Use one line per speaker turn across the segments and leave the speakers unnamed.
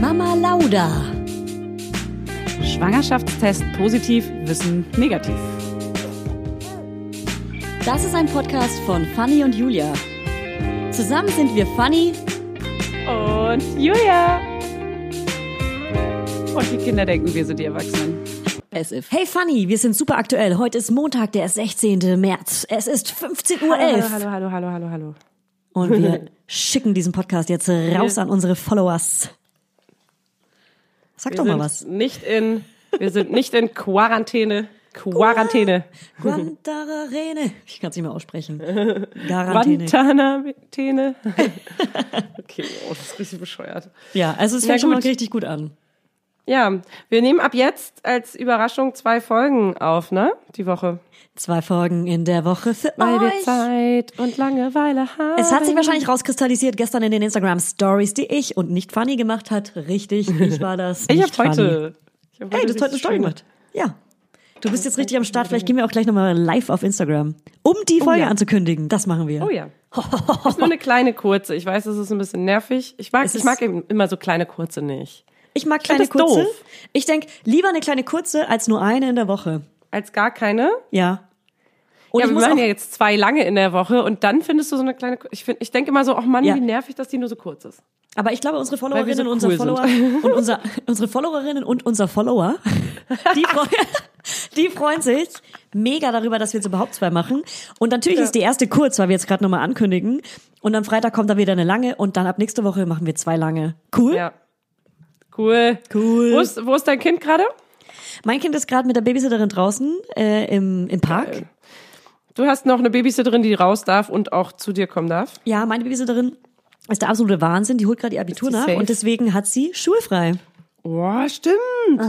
Mama Lauda.
Schwangerschaftstest positiv, Wissen negativ.
Das ist ein Podcast von Fanny und Julia. Zusammen sind wir Fanny
Und Julia. Und die Kinder denken, wir sind die Erwachsenen.
As if. Hey Fanny, wir sind super aktuell. Heute ist Montag, der 16. März. Es ist 15.11 Uhr.
hallo, hallo, hallo, hallo, hallo.
Und wir schicken diesen Podcast jetzt raus an unsere Followers. Sag
Wir
doch mal
sind
was.
Nicht in, wir sind nicht in Quarantäne. Quarantäne.
Guantarene. Ich kann es nicht mehr aussprechen. Quarantäne.
Quarantäne. okay, oh, das ist richtig bescheuert.
Ja, also es
Na
fängt schon mal
gut.
richtig gut an.
Ja, wir nehmen ab jetzt als Überraschung zwei Folgen auf, ne? Die Woche.
Zwei Folgen in der Woche für
Weil wir
euch.
Zeit und Langeweile haben.
Es hat sich
Äh.
wahrscheinlich rauskristallisiert gestern in den Instagram Stories, die ich und nicht Fanny gemacht hat. Richtig, ich war das.
ich
nicht
hab heute. Ich hab
Funny. Hey, du hast heute eine
richtig
Story
schöne-
gemacht. Ja. Du bist jetzt richtig am Start. Vielleicht gehen wir auch gleich nochmal live auf Instagram, um die Folge
Oh ja.
anzukündigen. Das machen wir.
Oh ja. Ist nur eine kleine kurze. Ich weiß, es ist ein bisschen nervig. Ich mag,
Es
ich
ist-
mag eben immer so kleine kurze nicht.
Ich mag
find
kleine
das
kurze.
doof.
Ich denk lieber eine kleine kurze als nur eine in der Woche.
Als gar keine.
Ja. Und
ja,
ich
wir
muss
machen
auch,
ja jetzt zwei lange in der Woche und dann findest du so eine kleine. Ich, find, ich denke immer so, ach Mann,
Ja.
wie nervig, dass die nur so kurz ist.
aber ich glaube, unsere
wir
Followerinnen
so
und unser
cool sind.
Follower und unser, unsere Followerinnen und unser Follower, die, freu, die freuen sich mega darüber, dass wir jetzt überhaupt zwei machen. Und natürlich ist die erste kurz, weil wir jetzt gerade nochmal ankündigen. Und am Freitag kommt dann wieder eine lange und dann ab nächste Woche machen wir zwei lange. Cool.
Ja. Cool.
Cool.
Wo ist, wo ist dein Kind gerade?
Mein Kind ist gerade mit der Babysitterin draußen äh, im, im Park.
Du hast noch eine Babysitterin, die raus darf und auch zu dir kommen darf.
Ja, meine Babysitterin ist der absolute Wahnsinn. Die holt gerade ihr Abitur
Ist die
nach
safe?
und deswegen hat sie schulfrei.
Oh, stimmt.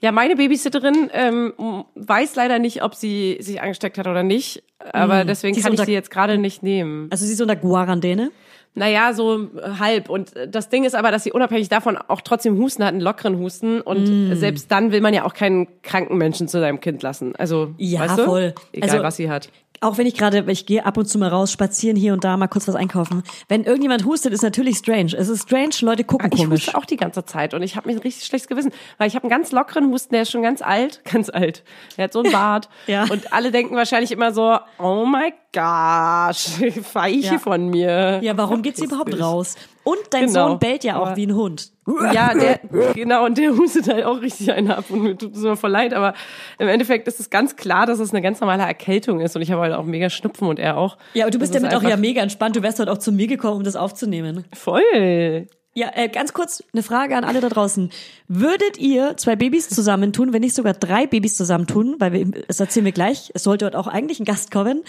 Ja, meine Babysitterin ähm, weiß leider nicht, ob sie sich angesteckt hat oder nicht. Aber deswegen
Sie ist
kann ich
unter-
sie jetzt gerade nicht nehmen.
Also sie ist unter Quarantäne.
Naja, so äh, halb. Und das Ding ist aber, dass sie unabhängig davon auch trotzdem Husten hat, einen lockeren Husten. Und selbst dann will man ja auch keinen kranken Menschen zu seinem Kind lassen. Also,
Ja,
weißt du?
voll.
Egal,
Also-
was sie hat.
Auch wenn ich gerade, ich gehe ab und zu mal raus, spazieren hier und da, mal kurz was einkaufen. Wenn irgendjemand hustet, ist natürlich strange. Es ist strange, Leute gucken
Ich
komisch.
huste auch die ganze Zeit und ich habe mir ein richtig schlechtes Gewissen, weil ich habe einen ganz lockeren Husten, der ist schon ganz alt, ganz alt. Der hat so einen Bart
Ja.
und alle denken wahrscheinlich immer so, oh my gosh, Feiche
Ja.
von mir.
Ja, warum geht's überhaupt raus? Und dein
Genau.
Sohn bellt ja auch
Aber-
wie ein Hund.
Ja, der, genau, und der hustet halt auch richtig einen ab und mir tut es immer voll leid, aber im Endeffekt ist es ganz klar, dass es eine ganz normale Erkältung ist und ich habe halt auch mega Schnupfen und er auch.
Ja, und du bist
Das ist
damit auch ja
einfach-
mega entspannt. Du wärst heute auch zu mir gekommen, um das aufzunehmen.
Voll.
Ja, äh, ganz kurz eine Frage an alle da draußen. Würdet ihr zwei Babys zusammentun, wenn nicht sogar drei Babys zusammentun, weil wir, das erzählen wir gleich, es sollte heute auch eigentlich ein Gast kommen,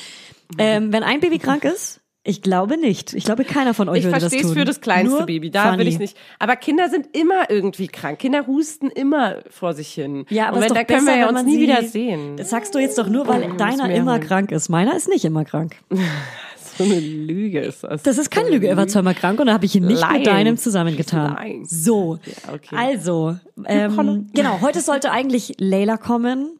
ähm, wenn ein Baby krank ist? Ich glaube nicht. Ich glaube, keiner von euch
Ich
würde das tun.
verstehe es für das kleinste
Nur
Baby, da
Fanny.
will ich nicht. Aber Kinder sind immer irgendwie krank. Kinder husten immer vor sich hin.
Ja, aber
und
ist doch
wenn, da
besser,
können wir ja
wenn
uns
man
nie
sie- Hm,
wieder sehen.
Das sagst du jetzt doch nur, weil deiner
mehr
immer
holen.
krank ist. Meiner ist nicht immer krank.
So eine Lüge ist das.
Das ist keine Lüge. Er
Mhm.
war zweimal krank und da habe ich ihn nicht
Lying.
mit deinem zusammengetan.
Lying.
So,
okay.
also, ähm, genau, heute sollte eigentlich Layla kommen.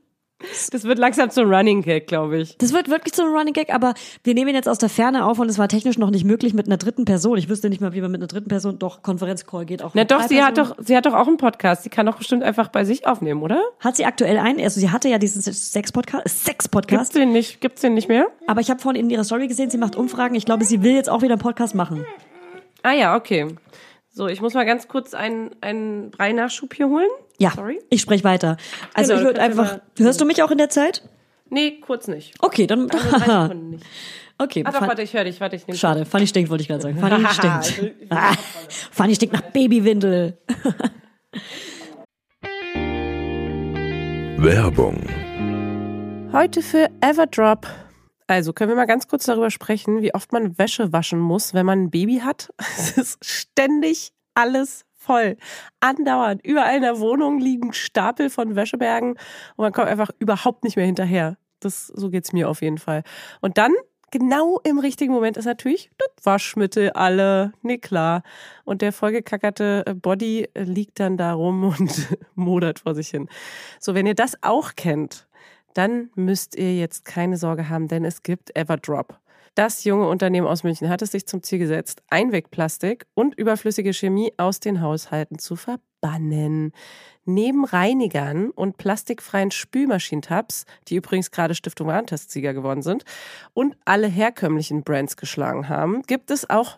Das wird langsam zu Running Gag, glaube ich.
Das wird wirklich so ein Running Gag, aber wir nehmen ihn jetzt aus der Ferne auf und es war technisch noch nicht möglich mit einer dritten Person. Ich wüsste nicht mal, wie man mit einer dritten Person, doch, Konferenzcall geht auch.
Na
mit
doch,
drei
sie hat
Personen.
doch, sie hat doch auch einen Podcast. Sie kann doch bestimmt einfach bei sich aufnehmen, oder?
Hat sie aktuell einen, also sie hatte ja diesen Sex-Podcast, äh,
Gibt's
Sex-Podcast,
den nicht, gibt's den nicht mehr?
aber ich habe vorhin in ihrer Story gesehen, sie macht Umfragen. Ich glaube, sie will jetzt auch wieder einen Podcast machen.
Ah ja, okay. So, ich muss mal ganz kurz einen, einen Brei-Nachschub hier holen.
Ja,
Sorry?
ich sprech weiter. Also
Genau,
ich würde
du kannst
einfach, hörst du mich auch in der Zeit?
Nee, kurz nicht.
Okay, dann,
Also drei Sekunden nicht.
okay.
Ah doch,
Fan-
warte, ich höre dich. Warte, ich Also- nehme
Schade, Fanny stinkt, wollte ich gerade sagen. Fanny stinkt. Ah, Fanny stinkt nach Babywindel.
Werbung.
Heute für Everdrop. Also können wir mal ganz kurz darüber sprechen, wie oft man Wäsche waschen muss, wenn man ein Baby hat. Es ist ständig alles voll. Andauernd. Überall in der Wohnung liegen Stapel von Wäschebergen und man kommt einfach überhaupt nicht mehr hinterher. Das, so geht's mir auf jeden Fall. Und dann, genau im richtigen Moment, ist natürlich das Waschmittel alle. Nee, klar. Und der vollgekackerte äh, Body äh, liegt dann da rum und modert vor sich hin. So, wenn ihr das auch kennt, dann müsst ihr jetzt keine Sorge haben, denn es gibt Everdrop. Das junge Unternehmen aus München hat es sich zum Ziel gesetzt, Einwegplastik und überflüssige Chemie aus den Haushalten zu verbannen. Neben Reinigern und plastikfreien Spülmaschinentabs, die übrigens gerade Stiftung Warentestsieger geworden sind, und alle herkömmlichen Brands geschlagen haben, gibt es auch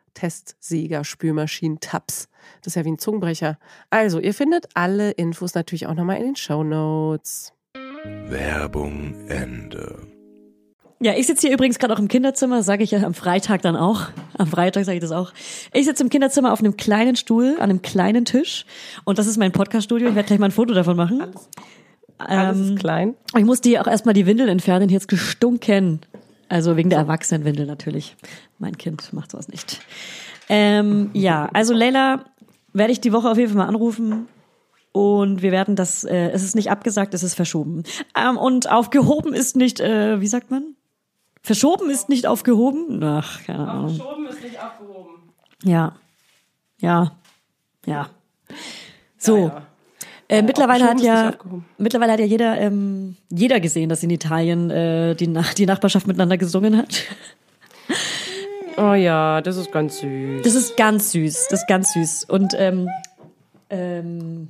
Testsieger, Spülmaschinen, Tabs. Das ist ja wie ein Zungenbrecher. Also, ihr findet alle Infos natürlich auch nochmal in den Show Notes.
Werbung Ende.
Ja, ich sitze hier übrigens gerade auch im Kinderzimmer, sage ich ja am Freitag dann auch. Am Freitag sage ich das auch. Ich sitze im Kinderzimmer auf einem kleinen Stuhl, an einem kleinen Tisch. Und das ist mein Podcast-Studio. Ich werde gleich mal ein Foto davon machen. Ähm,
Alles ist klein.
Ich musste hier auch erstmal die Windeln entfernen, die hat jetzt gestunken. Also wegen der Erwachsenenwindel natürlich. Mein Kind macht sowas nicht. Ähm, ja, also Leila werde ich die Woche auf jeden Fall mal anrufen. Und wir werden das, äh, es ist nicht abgesagt, es ist verschoben. Ähm, und aufgehoben ist nicht, äh, wie sagt man? Verschoben ist nicht aufgehoben? Ach, keine Ahnung.
Schoben ist nicht abgehoben.
Ja. Ja. Ja. So.
ja.
Äh, mittlerweile
schon
hat
ist nicht
ja
abgehoben.
mittlerweile hat ja jeder ähm, jeder gesehen, dass in Italien äh, die, Nach die Nachbarschaft miteinander gesungen hat.
Oh ja, das ist ganz süß.
Das ist ganz süß, das ist ganz süß. Und ähm, ähm,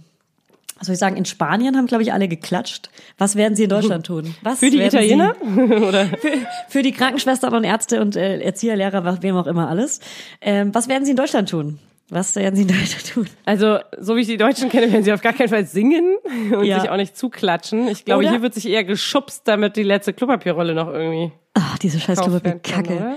was soll ich sagen, in Spanien haben, glaube ich, alle geklatscht. Was werden sie in Deutschland tun? Was
Für die
werden
Italiener?
Sie, für, für die Krankenschwestern und Ärzte und äh, Erzieher, Lehrer, was- wem auch immer alles. Ähm, was werden sie in Deutschland tun? Was werden sie in Deutschland tun?
Also, so wie ich die Deutschen kenne, werden sie auf gar keinen Fall singen und
Ja.
sich auch nicht zuklatschen. Ich glaube,
Oder-
hier wird sich eher geschubst, damit die letzte Klopapierrolle noch irgendwie.
Ach, Ah, diese scheiß
Kaufen
Klopapier,
kann, oder?
Kacke.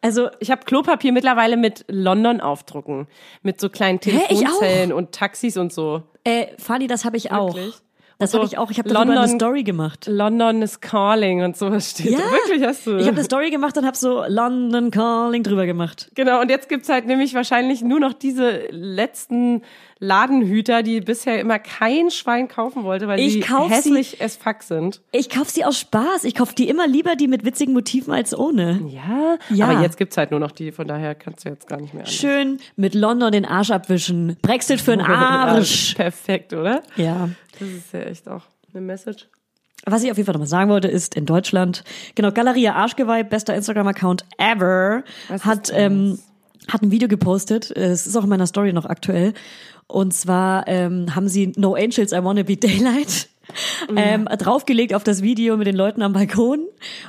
Also,
Ich habe Klopapier mittlerweile mit London aufdrucken. Mit so kleinen
ich auch?
Telefonzellen und Taxis und so.
äh, Fanny, das habe ich auch.
Wirklich?
Das
Und
habe
so
ich auch. Ich habe darüber eine
London-
Story gemacht.
London is calling und sowas steht. da. Wirklich hast du.
Ich habe eine Story gemacht und habe so London Calling drüber gemacht.
genau, und jetzt gibt's halt nämlich wahrscheinlich nur noch diese letzten Ladenhüter, die bisher immer kein Schwein kaufen wollte, weil
Ich
sie
kauf sie-
hässlich as fuck sind.
Ich kauf sie aus Spaß. Ich kauf die immer lieber die mit witzigen Motiven als
Oh.
ohne.
Ja,
Ja.
aber jetzt gibt's halt nur noch die, von daher kannst du jetzt gar nicht mehr anders.
Schön mit London den Arsch abwischen. Brexit für den Arsch.
Perfekt, oder?
Ja.
Das ist ja echt auch eine Message.
Was ich auf jeden Fall nochmal sagen wollte, ist in Deutschland, genau, Galeria Arschgeweih, bester Instagram-Account ever, hat, ähm, hat ein Video gepostet. Äh, Es ist auch in meiner Story noch aktuell. Und zwar ähm, haben sie No Angels, I Wanna Be Daylight ähm, draufgelegt auf das Video mit den Leuten am Balkon.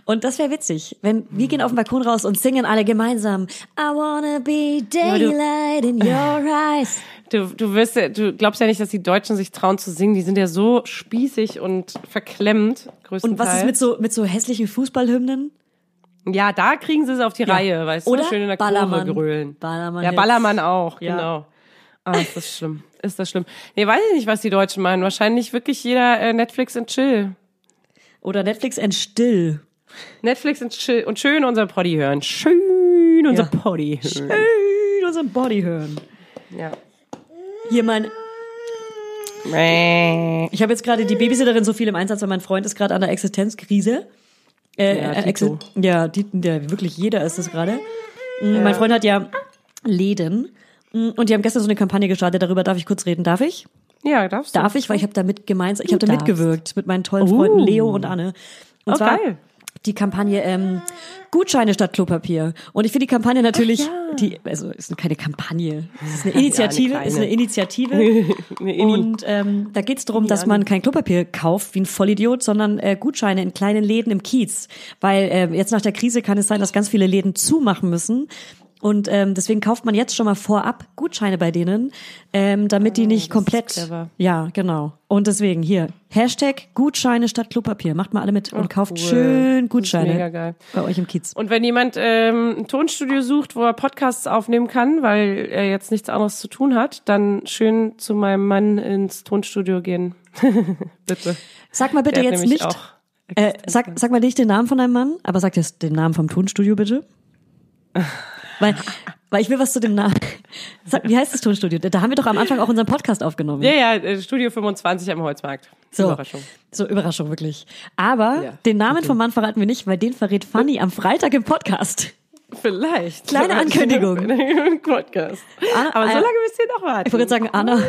Und das wäre witzig, wenn wir gehen auf den Balkon raus und singen alle gemeinsam I wanna be
aber du-
daylight in your eyes.
Du, du, wirst, ja- du glaubst ja nicht, dass die Deutschen sich trauen zu singen. Die sind ja so spießig und verklemmt, größtenteils.
Und was ist mit so, mit so hässlichen Fußballhymnen?
Ja, da kriegen sie es auf die Reihe, weißt du?
Oder
Schön in der
Ballermann.
Kurve grölen.
Ballermann
Ja,
jetzt.
Ballermann auch,
Ja.
genau. Ah, ist das schlimm. Ist das schlimm. Nee, weiß ich nicht, was die Deutschen meinen. Wahrscheinlich wirklich jeder äh, Netflix und Chill.
Oder Netflix and Still.
Netflix und Chill und schön unser Poddy hören. Schön unser Poddy hören.
Schön unseren Body hören.
Ja.
Hier mein,
Mäh.
ich habe jetzt gerade die Babysitterin so viel im Einsatz, weil mein Freund ist gerade an der Existenzkrise. Äh,
Ja,
äh,
Tito.
Exi- ja, die, der, wirklich jeder ist es gerade. Mm, Mein Freund hat ja Läden. Mm, Und die haben gestern so eine Kampagne gestartet, darüber darf ich kurz reden, darf ich?
Ja, darfst du.
Darf ich, weil ich habe da mit gemeinsam, ich habe da
darfst.
mitgewirkt mit meinen tollen Freunden
Uh.
Leo und Anne. Und
Oh,
zwar
geil.
die Kampagne ähm, Gutscheine statt Klopapier. Und ich finde die Kampagne natürlich, die, also ist keine Kampagne, es ist eine Initiative,
eine
ist eine
kleine.
Initiative.
Eine Inni.
Und ähm, da geht's drum, dass
genau.
man kein Klopapier kauft wie ein Vollidiot, sondern äh, Gutscheine in kleinen Läden im Kiez. Weil äh, jetzt nach der Krise kann es sein, dass ganz viele Läden zumachen müssen. Und ähm, deswegen kauft man jetzt schon mal vorab Gutscheine bei denen, ähm, damit die nicht komplett.
Ah, clever.
Ja, genau. Und deswegen hier Hashtag Gutscheine statt Klopapier. Macht mal alle mit und kauft schön Gutscheine
mega geil.
bei euch im Kiez.
Und wenn jemand ähm, ein Tonstudio sucht, wo er Podcasts aufnehmen kann, weil er jetzt nichts anderes zu tun hat, dann schön zu meinem Mann ins Tonstudio gehen. Bitte.
Sag mal bitte
Der hat
jetzt
nämlich
nicht.
auch
Äh, sag, sag mal nicht den Namen von deinem Mann, aber sag jetzt den Namen vom Tonstudio bitte. Weil, weil ich will was zu dem Namen. Sag, wie heißt das Tonstudio? Da haben wir doch am Anfang auch unseren Podcast aufgenommen.
Ja, ja, äh, Studio 25 am Holzmarkt.
so,
Überraschung.
So, Überraschung, wirklich. Aber
Ja.
den Namen vom Mann verraten wir nicht, weil den verrät Fanny am Freitag im Podcast.
Vielleicht.
Kleine Ankündigung.
Im Podcast.
Anna-
Aber so
äh,
lange müsst ihr noch warten.
Ich wollte gerade sagen, Anna,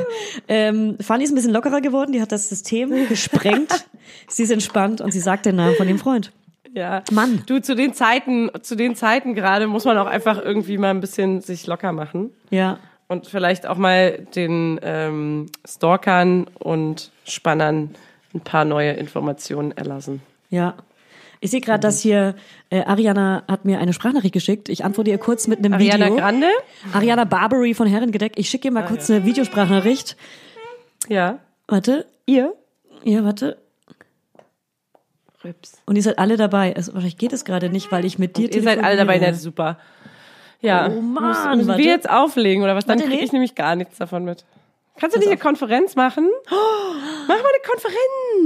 ähm, Fanny ist ein bisschen lockerer geworden, die hat das System gesprengt. sie ist entspannt und sie sagt den Namen von dem Freund.
Ja.
Mann.
Du, zu den Zeiten, zu den Zeiten gerade muss man auch einfach irgendwie mal ein bisschen sich locker machen.
Ja.
Und vielleicht auch mal den ähm, Stalkern und Spannern ein paar neue Informationen erlassen.
Ja. Ich sehe gerade,
Mhm.
dass hier äh, Ariana hat mir eine Sprachnachricht geschickt. Ich antworte ihr kurz mit einem
Ariana
Video.
Grande? Ah,
Ariana Barbary von Herrengedeck. Ich schicke ihr mal kurz eine Videosprachnachricht.
Ja.
Warte.
Ihr?
Ja, warte.
Rips.
Und ihr seid alle dabei. Also, wahrscheinlich geht es gerade nicht, weil ich mit dir
Ihr seid alle dabei,
telefoniere.
nett, super. Ja.
Oh Mann,
Müssen- müssen
warte.
wir jetzt auflegen oder was? Dann
Warte,
kriege
nee.
ich nämlich gar nichts davon mit. Kannst du nicht eine Konferenz machen? Oh, mach mal eine Konferenz.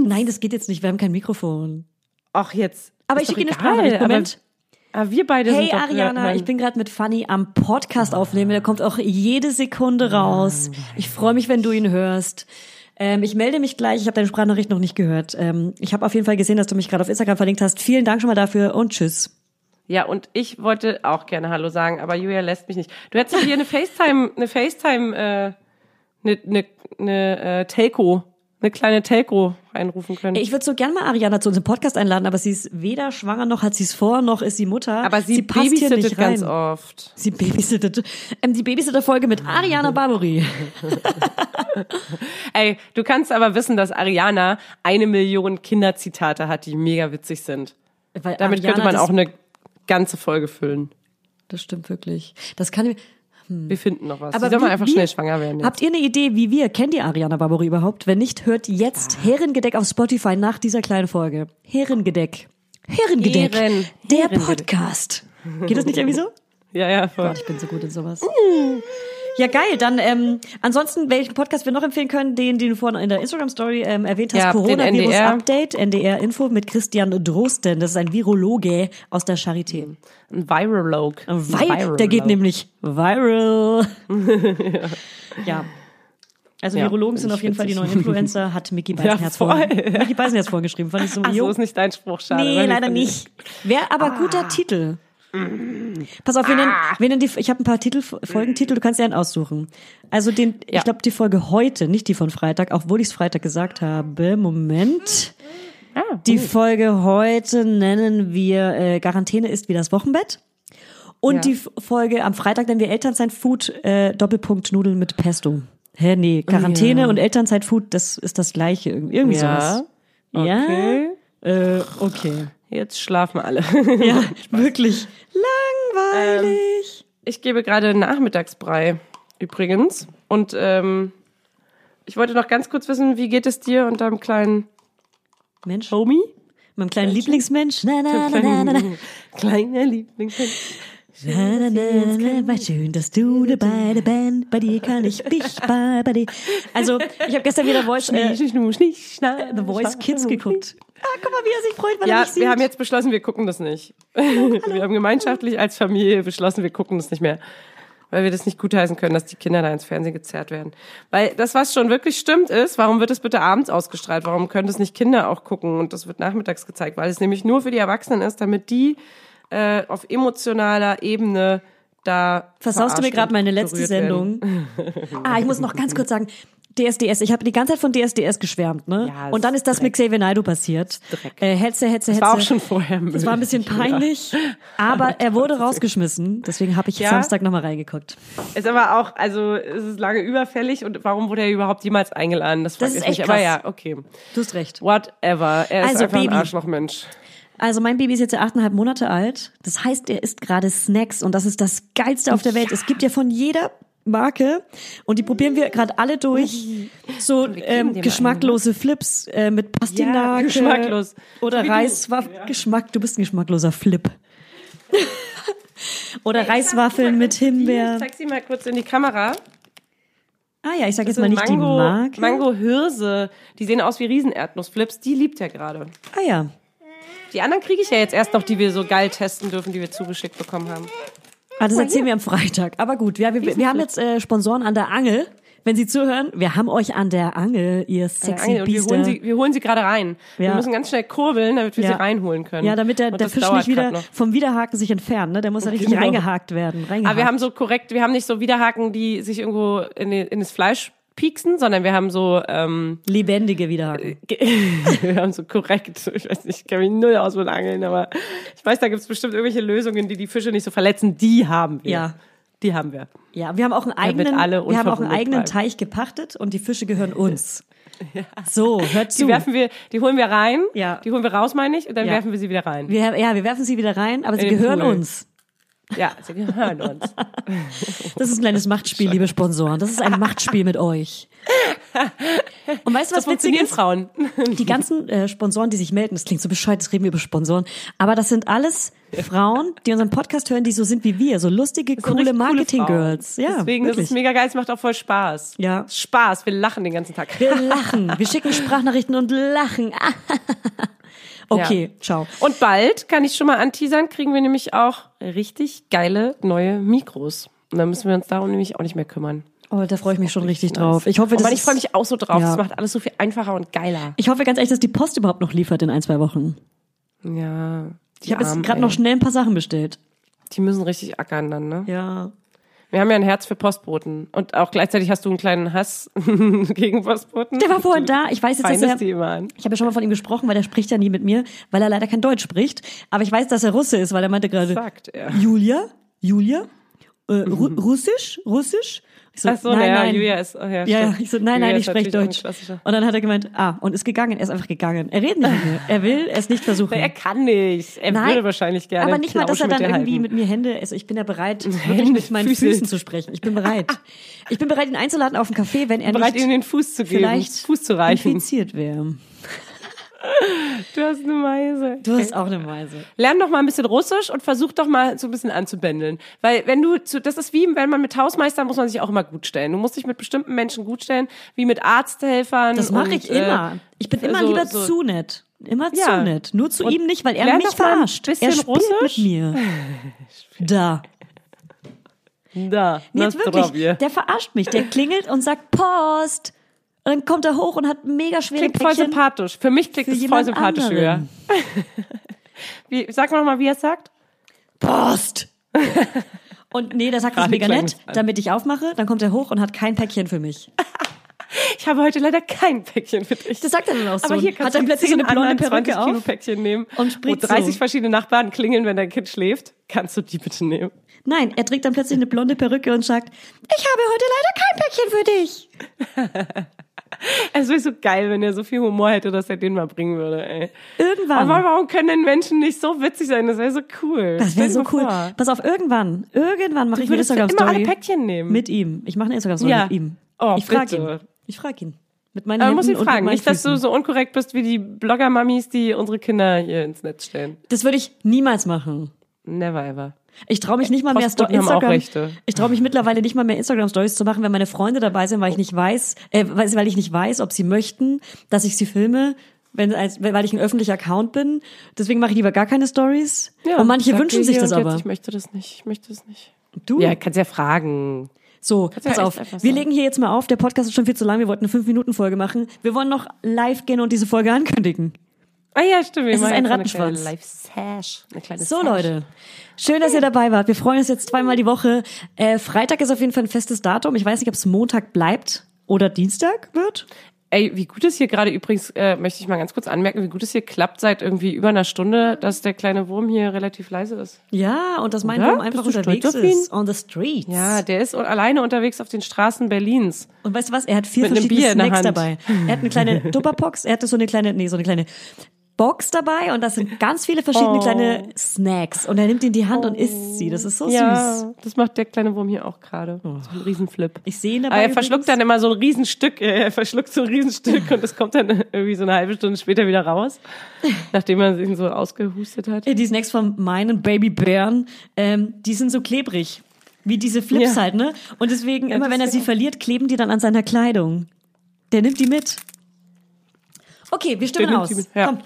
Nein, das geht jetzt nicht. Wir haben kein Mikrofon.
Ach, jetzt.
Aber
Ist
ich
doch
schicke eine
egal,
Sprachnachricht.
aber-
Moment.
Aber wir beide
Hey
sind doch,
Ariana,
nein.
ich bin gerade mit Fanny am Podcast aufnehmen. Der kommt auch jede Sekunde raus. Ich freue mich, wenn du ihn hörst. Ähm, ich melde mich gleich. Ich habe deine Sprachnachricht noch nicht gehört. Ähm, ich habe auf jeden Fall gesehen, dass du mich gerade auf Instagram verlinkt hast. Vielen Dank schon mal dafür und tschüss.
Ja, und ich wollte auch gerne Hallo sagen, aber Julia lässt mich nicht. Du hättest doch hier eine FaceTime, eine FaceTime, äh, eine, eine, eine äh, Telco, eine kleine Telco einrufen können.
Ich würde so gern mal Ariana zu unserem Podcast einladen, aber sie ist weder schwanger noch hat sie es vor, noch ist sie Mutter.
aber sie,
passt hier
babysittet
nicht rein.
ganz oft.
Sie babysittet. Ähm, die Babysitter-Folge mit Ariana Barbary.
Ey, du kannst aber wissen, dass Ariana eine Million Kinderzitate hat, die mega witzig sind.
Weil
Damit
Ariana,
könnte man
das,
auch eine ganze Folge füllen.
Das stimmt wirklich. Das kann.
Wir finden noch was.
Mhm. Aber
Aber soll man
wie-
einfach
wie-
schnell schwanger werden. Jetzt.
Habt ihr eine Idee, wie wir? Kennt ihr Ariana Barbouri überhaupt? Wenn nicht, hört jetzt Herrengedeck auf Spotify nach dieser kleinen Folge. Herrengedeck. Herrengedeck.
Herren-
Der
Herrengedeck.
Podcast. Geht das nicht irgendwie so?
Ja, ja, voll.
Ich bin so gut in sowas. Ja, geil. Dann ähm, ansonsten, welchen Podcast wir noch empfehlen können, den, den du vorhin in der Instagram-Story ähm, erwähnt hast,
Ja, den
Coronavirus-Update, NDR-Info mit Christian Drosten. Das ist ein Virologe aus der Charité.
Ein Virologue. Ein
Weil, der geht
Virologue.
nämlich viral. ja. Also
Ja,
Virologen
find
sind
ich
auf jeden Fall die
witzig.
neuen Influencer, hat Mickey Beisenherz,
voll.
vorhin- Mickey Beisenherz vorgeschrieben. Fand ich so,
Ach, so
jo.
ist nicht dein Spruch, schade.
um nee,
Weil
leider
ich- Ah. Mm.
nicht. Wäre aber guter Titel. Pass auf, wir nennen, wir nennen die, ich habe ein paar Titel, Folgentitel, du kannst dir einen aussuchen. Also den,
Ja.
ich glaube die Folge heute, nicht die von Freitag, obwohl ich es Freitag gesagt habe. Moment. Die
Hm.
Folge heute nennen wir äh, Quarantäne ist wie das Wochenbett. Und
Ja.
die F- Folge am Freitag nennen wir Elternzeit-Food äh, Doppelpunkt Nudeln mit Pesto. Hä, nee, Quarantäne und Elternzeit-Food, das ist das gleiche. Irgendwie, irgendwie
Oh Ja.
sowas. Ja.
Okay.
Äh, okay.
Jetzt schlafen alle.
Ja, wirklich. Langweilig.
Ich gebe gerade Nachmittagsbrei übrigens. Und ähm, ich wollte noch ganz kurz wissen, wie geht es dir und deinem kleinen
Mensch,
Ähm, Homie?
meinem kleinen Lieblingsmensch. Na, na, na, na, na, na.
Kleiner Liebling.
Na, na, na, na, na, war schön, dass du dabei der Band, bei dir kann ich mich bei, bei dir. Also, ich habe gestern wieder Voice, äh, The Voice Kids geguckt. Ah, guck mal, wie er sich freut, weil er
Ja,
mich sieht.
wir haben jetzt beschlossen, wir gucken das nicht.
genau.
Wir haben gemeinschaftlich als Familie beschlossen, wir gucken das nicht mehr. Weil wir das nicht gutheißen können, dass die Kinder da ins Fernsehen gezerrt werden. Weil das, was schon wirklich stimmt, ist, warum wird es bitte abends ausgestrahlt? Warum können das nicht Kinder auch gucken und das wird nachmittags gezeigt? Weil es nämlich nur für die Erwachsenen ist, damit die äh, auf emotionaler Ebene da.
Versaust du mir
verarscht
gerade meine
und
letzte
berührt werden.
Sendung? Ah, ich muss noch ganz kurz sagen, DSDS, ich habe die ganze Zeit von DSDS geschwärmt, ne?
Ja,
und dann ist das mit Xavier Naidoo passiert.
Dreck.
Äh, Hetze, Hetze, Hetze.
War auch schon vorher Müll.
Das war ein bisschen peinlich, aber er wurde rausgeschmissen. Deswegen habe ich
Ja?
Samstag nochmal reingeguckt.
Ist aber auch, also es ist lange überfällig und warum wurde er überhaupt jemals eingeladen? Das, frag
ist
ich
echt
mich. Aber
krass.
ja, okay.
Du hast recht.
Whatever. Er ist
Also,
einfach
Baby.
ein Arschlochmensch.
Also mein Baby ist jetzt ja achteinhalb Monate alt. Das heißt, er isst gerade Snacks und das ist das Geilste auf der Welt. Es gibt ja von jeder Marke und die probieren wir gerade alle durch. So ähm,
dir mal
geschmacklose Flips äh, mit Pastinake.
ne? Ja, geschmacklos.
Oder Reiswaffeln. Du bist ein geschmackloser Flip. Oder Reiswaffeln mit
Ich
Himbeer.
zeig sie mal kurz in die Kamera.
Ah ja, ich sag jetzt
So
mal nicht die
Mango,
Marke.
Mango-Hirse. Die sehen aus wie Riesenerdnussflips. Die liebt er gerade.
Ah ja.
Die anderen kriege ich ja jetzt erst noch, die wir so geil testen dürfen, die wir zugeschickt bekommen haben.
Ah, das erzählen wir am Freitag. Aber gut, wir, wir, wir haben jetzt äh, Sponsoren an der Angel. Wenn Sie zuhören, wir haben euch an der Angel, ihr sexy
Und wir
Biester.
holen sie, wir holen sie gerade rein.
Ja.
Wir müssen ganz schnell kurbeln, damit wir
Ja.
sie reinholen können.
Ja, damit der,
Und
der
das
Fisch
dauert
nicht wieder
grad noch.
vom Wiederhaken sich entfernt. Ne? Der muss ja richtig
Genau.
reingehakt werden. Reingehakt.
Aber Ah, wir haben so korrekt, wir haben nicht so Widerhaken, die sich irgendwo in, den, in das Fleisch pieksen, sondern wir haben so, ähm,
Lebendige Wiederhaken.
ge- wir haben so korrekt, ich weiß nicht, ich kenne mich null aus mit Angeln, aber ich weiß, da gibt's bestimmt irgendwelche Lösungen, die die Fische nicht so verletzen. Die haben wir.
Ja.
Die haben wir.
Ja, wir haben auch einen eigenen,
alle
wir haben auch einen
unverwundet
eigenen
bleiben.
Teich gepachtet und die Fische gehören uns. So, hört
Die
zu.
werfen wir, die holen wir rein,
Ja.
die holen wir raus, meine ich, und dann
Ja.
werfen wir sie wieder rein.
Wir, ja, wir werfen sie wieder rein, aber sie
den
gehören
Pool.
uns.
Ja, sie gehören uns.
Das ist ein kleines Machtspiel, liebe Sponsoren. Das ist ein Machtspiel mit euch. Und weißt du, was
Das
witzig
funktionieren
ist?
Frauen.
Die ganzen äh, Sponsoren, die sich melden, das klingt so bescheuert, das reden wir über Sponsoren, aber das sind alles Frauen, die unseren Podcast hören, die so sind wie wir, so lustige, coole
richtig coole
Marketing-Girls.
Frauen.
Ja,
Deswegen, das
wirklich.
ist mega geil, es macht auch voll Spaß.
Ja.
Spaß, wir lachen den ganzen Tag.
wir lachen, wir schicken Sprachnachrichten und lachen. okay,
Ja.
ciao.
Und bald, kann ich schon mal anteasern, kriegen wir nämlich auch richtig geile neue Mikros. Und dann müssen wir uns darum nämlich auch nicht mehr kümmern.
Oh, da freue ich mich schon richtig drauf. Ich hoffe, das
Aber Oh ich
ist-
freue mich auch so drauf.
Ja.
Das macht alles so viel einfacher und geiler.
Ich hoffe ganz echt, dass die Post überhaupt noch liefert in ein, zwei Wochen.
Ja. Die
Ich habe jetzt
Armen,
gerade
ey.
noch schnell ein paar Sachen bestellt.
Die müssen richtig ackern dann, ne?
Ja.
Wir haben ja ein Herz für Postboten. Und auch gleichzeitig hast du einen kleinen Hass gegen Postboten.
Der war vorhin da. Ich weiß jetzt, dass er,
Feindest die immer an.
Ich habe ja schon mal von ihm gesprochen, weil er spricht ja nie mit mir, weil er leider kein Deutsch spricht. Aber ich weiß, dass er Russe ist, weil er meinte gerade,
Sagt er.
Julia, Julia, äh, Ru Russisch, Russisch. Ich so,
Mhm. Ach so, na ja, Julia ist- oh ja,
ja, ja,
stimmt.
ich so, nein,
Julia
nein,
ist
ich spreche
natürlich auch ein
Deutsch.
klassischer-
Und dann hat er gemeint, ah, und ist gegangen. Er ist einfach gegangen. Er redet nicht mit mir. Er will es nicht versuchen.
Er kann nicht. Er
Nein,
würde wahrscheinlich gerne.
Aber nicht mal, dass er
Plausch
dann
mit dir
irgendwie
halten.
mit mir Hände, also ich bin ja bereit, wirklich
Hände,
mit meinen
Füße.
Füßen zu sprechen. Ich bin bereit. Ich bin bereit, ihn einzuladen auf einen Kaffee, wenn er
bereit, ihm
nicht
den Fuß zu geben,
vielleicht
Fuß zu reichen.
infiziert wäre.
Du hast eine Meise.
Du hast auch eine Weise.
Lern doch mal ein bisschen Russisch und versuch doch mal so ein bisschen anzubändeln. Weil wenn du, zu, das ist wie, wenn man mit Hausmeistern muss man sich auch immer gutstellen. Du musst dich mit bestimmten Menschen gutstellen, wie mit Arzthelfern.
Das mache
und,
ich
äh,
immer. Ich bin immer
so-
lieber
so-
zu nett. Immer zu
Ja.
nett. Nur zu
Und
ihm nicht, weil er
lern
mich
doch mal ein
verarscht. Er
bisschen
spielt mit
Russisch.
mir. Da.
Da,
Nee,
na,
jetzt wirklich.
zdravje.
Der verarscht mich. Der klingelt und sagt Post. Und dann kommt er hoch und hat mega schwere
Klingt voll
Päckchen.
sympathisch. Für mich klingt
für
es voll
jemand
sympathisch, Julia.
anderen.
Wie, sag mal nochmal, wie er es sagt.
Post. Und nee, der sagt das
Gerade
mega
klang
nett,
es an.
damit ich aufmache. Dann kommt er hoch und hat kein Päckchen für mich.
Ich habe heute leider kein Päckchen für dich.
Das sagt er dann auch so.
Aber hier kannst
hat dann
du
plötzlich so eine
10
blonde
anderen 20
Perücke
Kilo
auf.
Päckchen nehmen
und spricht
wo 30
so.
verschiedene Nachbarn klingeln, wenn dein Kind schläft. Kannst du die bitte nehmen?
Nein, er trägt dann plötzlich eine blonde Perücke und sagt, ich habe heute leider kein Päckchen für dich.
Es wäre so geil, wenn er so viel Humor hätte, dass er den mal bringen würde, ey.
Irgendwann.
Aber warum können denn Menschen nicht so witzig sein? Das wäre so cool.
Das
Stell
wäre
dir
so
mal
cool.
vor.
Pass auf, irgendwann, irgendwann mache ich eine
würdest ja immer alle
Instagram-Story
Päckchen nehmen.
mit ihm. Ich mache eine Instagram-Story
Ja.
mit ihm.
Oh,
ich frage ihn.
bitte.
Ich frage ihn. Mit meinen
Aber
Händen
man muss ihn
und
fragen,
mit meinen
nicht, dass du
Füßen.
so unkorrekt bist wie die Blogger-Mamis, die unsere Kinder hier ins Netz stellen.
Das würde ich niemals machen.
Never ever.
Ich traue mich nicht mal mehr Sto
Postboten haben auch
Instagram.
Rechte.
Ich traue mich mittlerweile nicht mal mehr Instagram Stories zu machen, wenn meine Freunde dabei sind, weil ich nicht weiß, äh, weil weil ich nicht weiß, ob sie möchten, dass ich sie filme, wenn als, weil ich ein öffentlicher Account bin. Deswegen mache ich lieber gar keine Stories. und manche
sag
wünschen
dir
sich
hier
das
und jetzt,
aber.
Ich möchte das nicht, ich möchte das nicht.
Du?
Ja, kannst ja fragen.
So,
ja
pass
echt
auf.
einfach
Wir
sein.
legen hier jetzt mal auf. Der Podcast ist schon viel zu lang. Wir wollten eine 5-Minuten-Folge machen. Wir wollen noch live gehen und diese Folge ankündigen.
Ah ja, stimmt. Wir
Es ist
machen
ein
jetzt so
Rattenschwanz.
Eine kleine Live-Sash. Eine kleine
So,
Sash.
Leute. Schön, dass ihr dabei wart. Wir freuen uns jetzt zweimal die Woche. Äh, Freitag ist auf jeden Fall ein festes Datum. Ich weiß nicht, ob es Montag bleibt. oder Dienstag wird.
Ey, wie gut es hier gerade übrigens, äh, möchte ich mal ganz kurz anmerken, wie gut es hier klappt seit irgendwie über einer Stunde, dass der kleine Wurm hier relativ leise ist.
Ja, und dass mein
Oder?
Wurm einfach
Bist du
unterwegs
stolz auf ihn?
ist. On the streets.
Ja, der ist alleine unterwegs auf den Straßen Berlins.
Und weißt du was? Er hat vier
Mit einem
verschiedene
Bier in der
Snacks
Hand.
dabei. Er hat eine kleine Tupperbox, er hatte so eine kleine, nee, so eine kleine Box dabei und das sind ganz viele verschiedene
Oh.
kleine Snacks. Und er nimmt die in die Hand und isst sie. Das ist so süß. Oh.
das macht der kleine Wurm hier auch gerade. So ein Riesenflip.
Ich sehe ihn dabei.
Aber er
übrigens.
verschluckt dann immer so ein Riesenstück, äh, er verschluckt so ein Riesenstück und es kommt dann irgendwie so eine halbe Stunde später wieder raus, nachdem er ihn so ausgehustet hat.
Die Snacks von meinen Babybären, ähm, die sind so klebrig. Wie diese Flips
Ja.
halt, ne? Und deswegen, immer
das
wenn er sie verliert, kleben die dann an seiner Kleidung. Der nimmt die mit. Okay, wir stimmen
Der nimmt
aus.
die mit, ja.
Komm,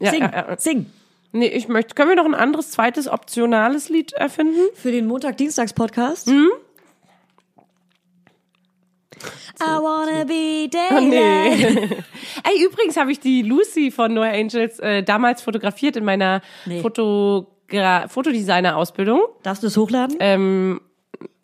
Ja,
sing,
ja, ja.
sing.
Nee, ich möchte, können wir noch ein anderes, zweites, optionales Lied erfinden?
Für den Montag-Dienstags-Podcast.
Mhm.
I wanna be
Oh,
David.
Ey, übrigens habe ich die Lucy von No Angels äh, damals fotografiert in meiner
Nee.
Fotogra Fotodesigner-Ausbildung.
Darfst du es hochladen?
Ähm,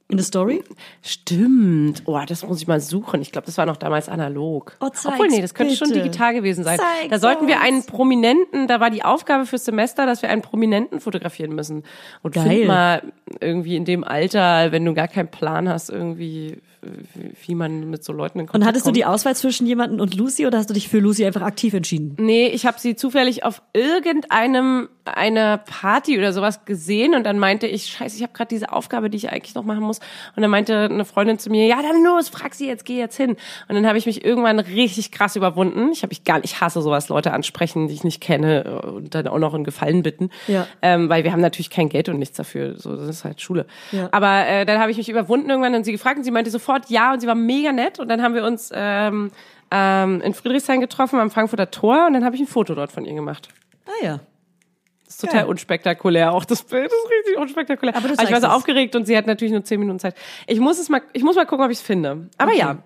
In der Story?
Stimmt. Oh, das muss ich mal suchen. Ich glaube, das war noch damals analog.
Oh, zeig's
Obwohl, nee, das könnte schon
bitte.
digital gewesen sein.
Zeig's
da sollten wir
uns.
einen Prominenten, da war die Aufgabe fürs Semester, dass wir einen Prominenten fotografieren müssen. Und
Geil.
find mal irgendwie in dem Alter, wenn du gar keinen Plan hast, irgendwie, äh, wie wie man mit so Leuten in Kontakt
Und hattest du
kommt.
die Auswahl zwischen jemanden und Lucy oder hast du dich für Lucy einfach aktiv entschieden?
Nee, ich habe sie zufällig auf irgendeinem einer Party oder sowas gesehen und dann meinte ich, scheiße, ich habe gerade diese Aufgabe, die ich eigentlich noch machen muss. Und dann meinte eine Freundin zu mir, ja, dann los, frag sie jetzt, geh jetzt hin. Und dann habe ich mich irgendwann richtig krass überwunden. Ich habe ich gar, ich hasse sowas, Leute ansprechen, die ich nicht kenne und dann auch noch in Gefallen bitten,
Ja.
ähm, weil wir haben natürlich kein Geld und nichts dafür. So, das ist halt Schule.
Ja.
Aber äh, dann habe ich mich überwunden irgendwann und sie gefragt und sie meinte sofort ja und sie war mega nett und dann haben wir uns ähm, ähm, in Friedrichshain getroffen am Frankfurter Tor und dann habe ich ein Foto dort von ihr gemacht.
Ah ja.
Das ist total
Geil.
unspektakulär, auch das Bild ist richtig unspektakulär.
Aber du
ich war
zeigst
so
es.
aufgeregt und sie hat natürlich nur zehn Minuten Zeit. Ich muss es mal, ich muss mal gucken, ob ich es finde. Aber ja.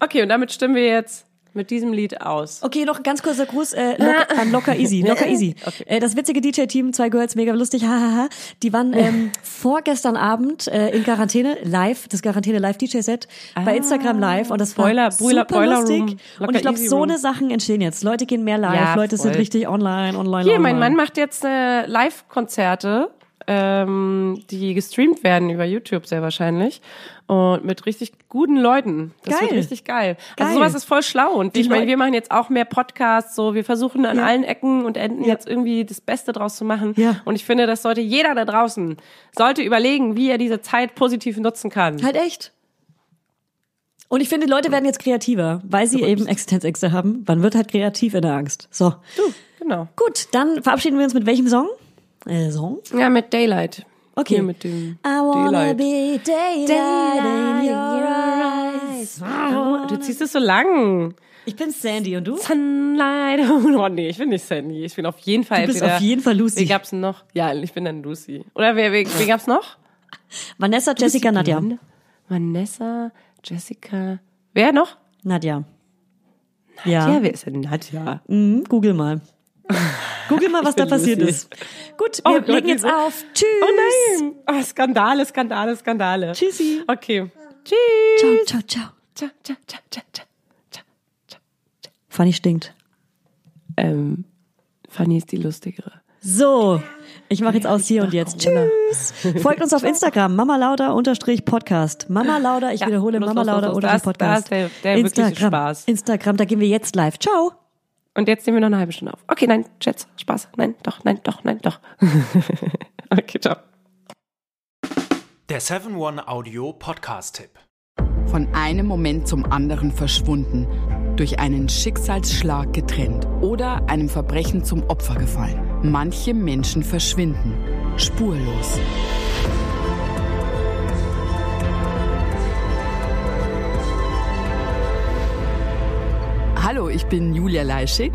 Okay, und damit stimmen wir jetzt mit diesem Lied aus.
Okay, noch ein ganz kurzer Gruß äh, locker,
Ah.
an Locker Easy. Locker Easy. Äh, das witzige DJ-Team, zwei Girls, mega lustig, hahaha. Die waren ähm, vorgestern Abend äh, in Quarantäne live, das Quarantäne-Live-DJ-Set bei Instagram live und das war
Ah. Boiler- Boiler-
super
Boiler
lustig.
Room, Locker
und ich glaube,
Easy
so
Room.
eine Sachen entstehen jetzt. Leute gehen mehr live,
Ja,
Leute sind
voll.
richtig online, online,
Hier,
online.
mein Mann macht jetzt äh, Live-Konzerte, ähm, die gestreamt werden über YouTube sehr wahrscheinlich und mit richtig guten Leuten. Das wird
Geil.
richtig geil. Also
Geil.
sowas ist voll schlau und ich meine,
Leute-
wir machen jetzt auch mehr Podcasts, so wir versuchen an
Ja.
allen Ecken und Enden
Ja.
jetzt irgendwie das Beste draus zu machen.
Ja.
Und ich finde, das sollte jeder da draußen sollte überlegen, wie er diese Zeit positiv nutzen kann.
Halt echt. Und ich finde, Leute werden jetzt kreativer, weil sie eben Existenzängste haben. Man wird halt kreativ in der Angst. So.
Du, genau.
Gut, dann verabschieden wir uns mit welchem Song? Äh, Song?
Ja, mit Daylight.
Okay. Ähm,
Hier mit dem
I wanna be
Daylight.
daylight, in your eyes.
Du ziehst es so lang.
Ich bin Sandy und du?
Sunlight. Oh nee, ich bin nicht Sandy. Ich bin auf jeden Fall.
Du bist
entweder-
auf jeden Fall Lucy.
Wen gab's denn noch? Ja, ich bin dann Lucy. Oder wer, wer, wen gab's noch?
Vanessa, Jessica, Nadja.
Vanessa, Jessica. Wer noch?
Nadja.
Ja,
Ja,
wer ist denn Nadja?
mhm, google mal. Google mal, was da
bin
passiert
Lucy.
ist. Gut, wir
Oh Gott,
legen jetzt
Liebe.
auf. Tschüss.
Oh nein! Oh, Skandale, Skandale, Skandale.
Tschüssi.
Okay. Tschüss.
Ciao, ciao, ciao.
Ciao, ciao, ciao, ciao, ciao.
Fanny stinkt.
Ähm, Fanny ist die Lustigere.
So, ich mache jetzt aus hier und jetzt.
Corona.
Tschüss. Folgt uns auf Instagram, Mama Lauda unterstrich Podcast. Mama Lauda, ich wiederhole,
los,
Mama
los, los,
Lauda
los.
unterstrich
Das- das
Podcast.
ist der- der wirkliche
Instagram,
Spaß.
Instagram, da gehen wir jetzt live. Ciao.
Und jetzt nehmen wir noch eine halbe Stunde auf. Okay, nein, Schätz, Spaß. Nein, doch, nein, doch, nein, doch. okay, ciao.
Der 7-One-Audio-Podcast-Tipp.
Von einem Moment zum anderen verschwunden, durch einen Schicksalsschlag getrennt oder einem Verbrechen zum Opfer gefallen. Manche Menschen verschwinden spurlos. Hallo, ich bin Julia Leischig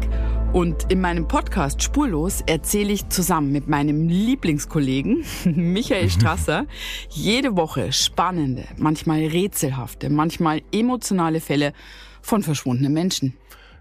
und in meinem Podcast Spurlos erzähle ich zusammen mit meinem Lieblingskollegen Michael Strasser jede Woche spannende, manchmal rätselhafte, manchmal emotionale Fälle von verschwundenen Menschen.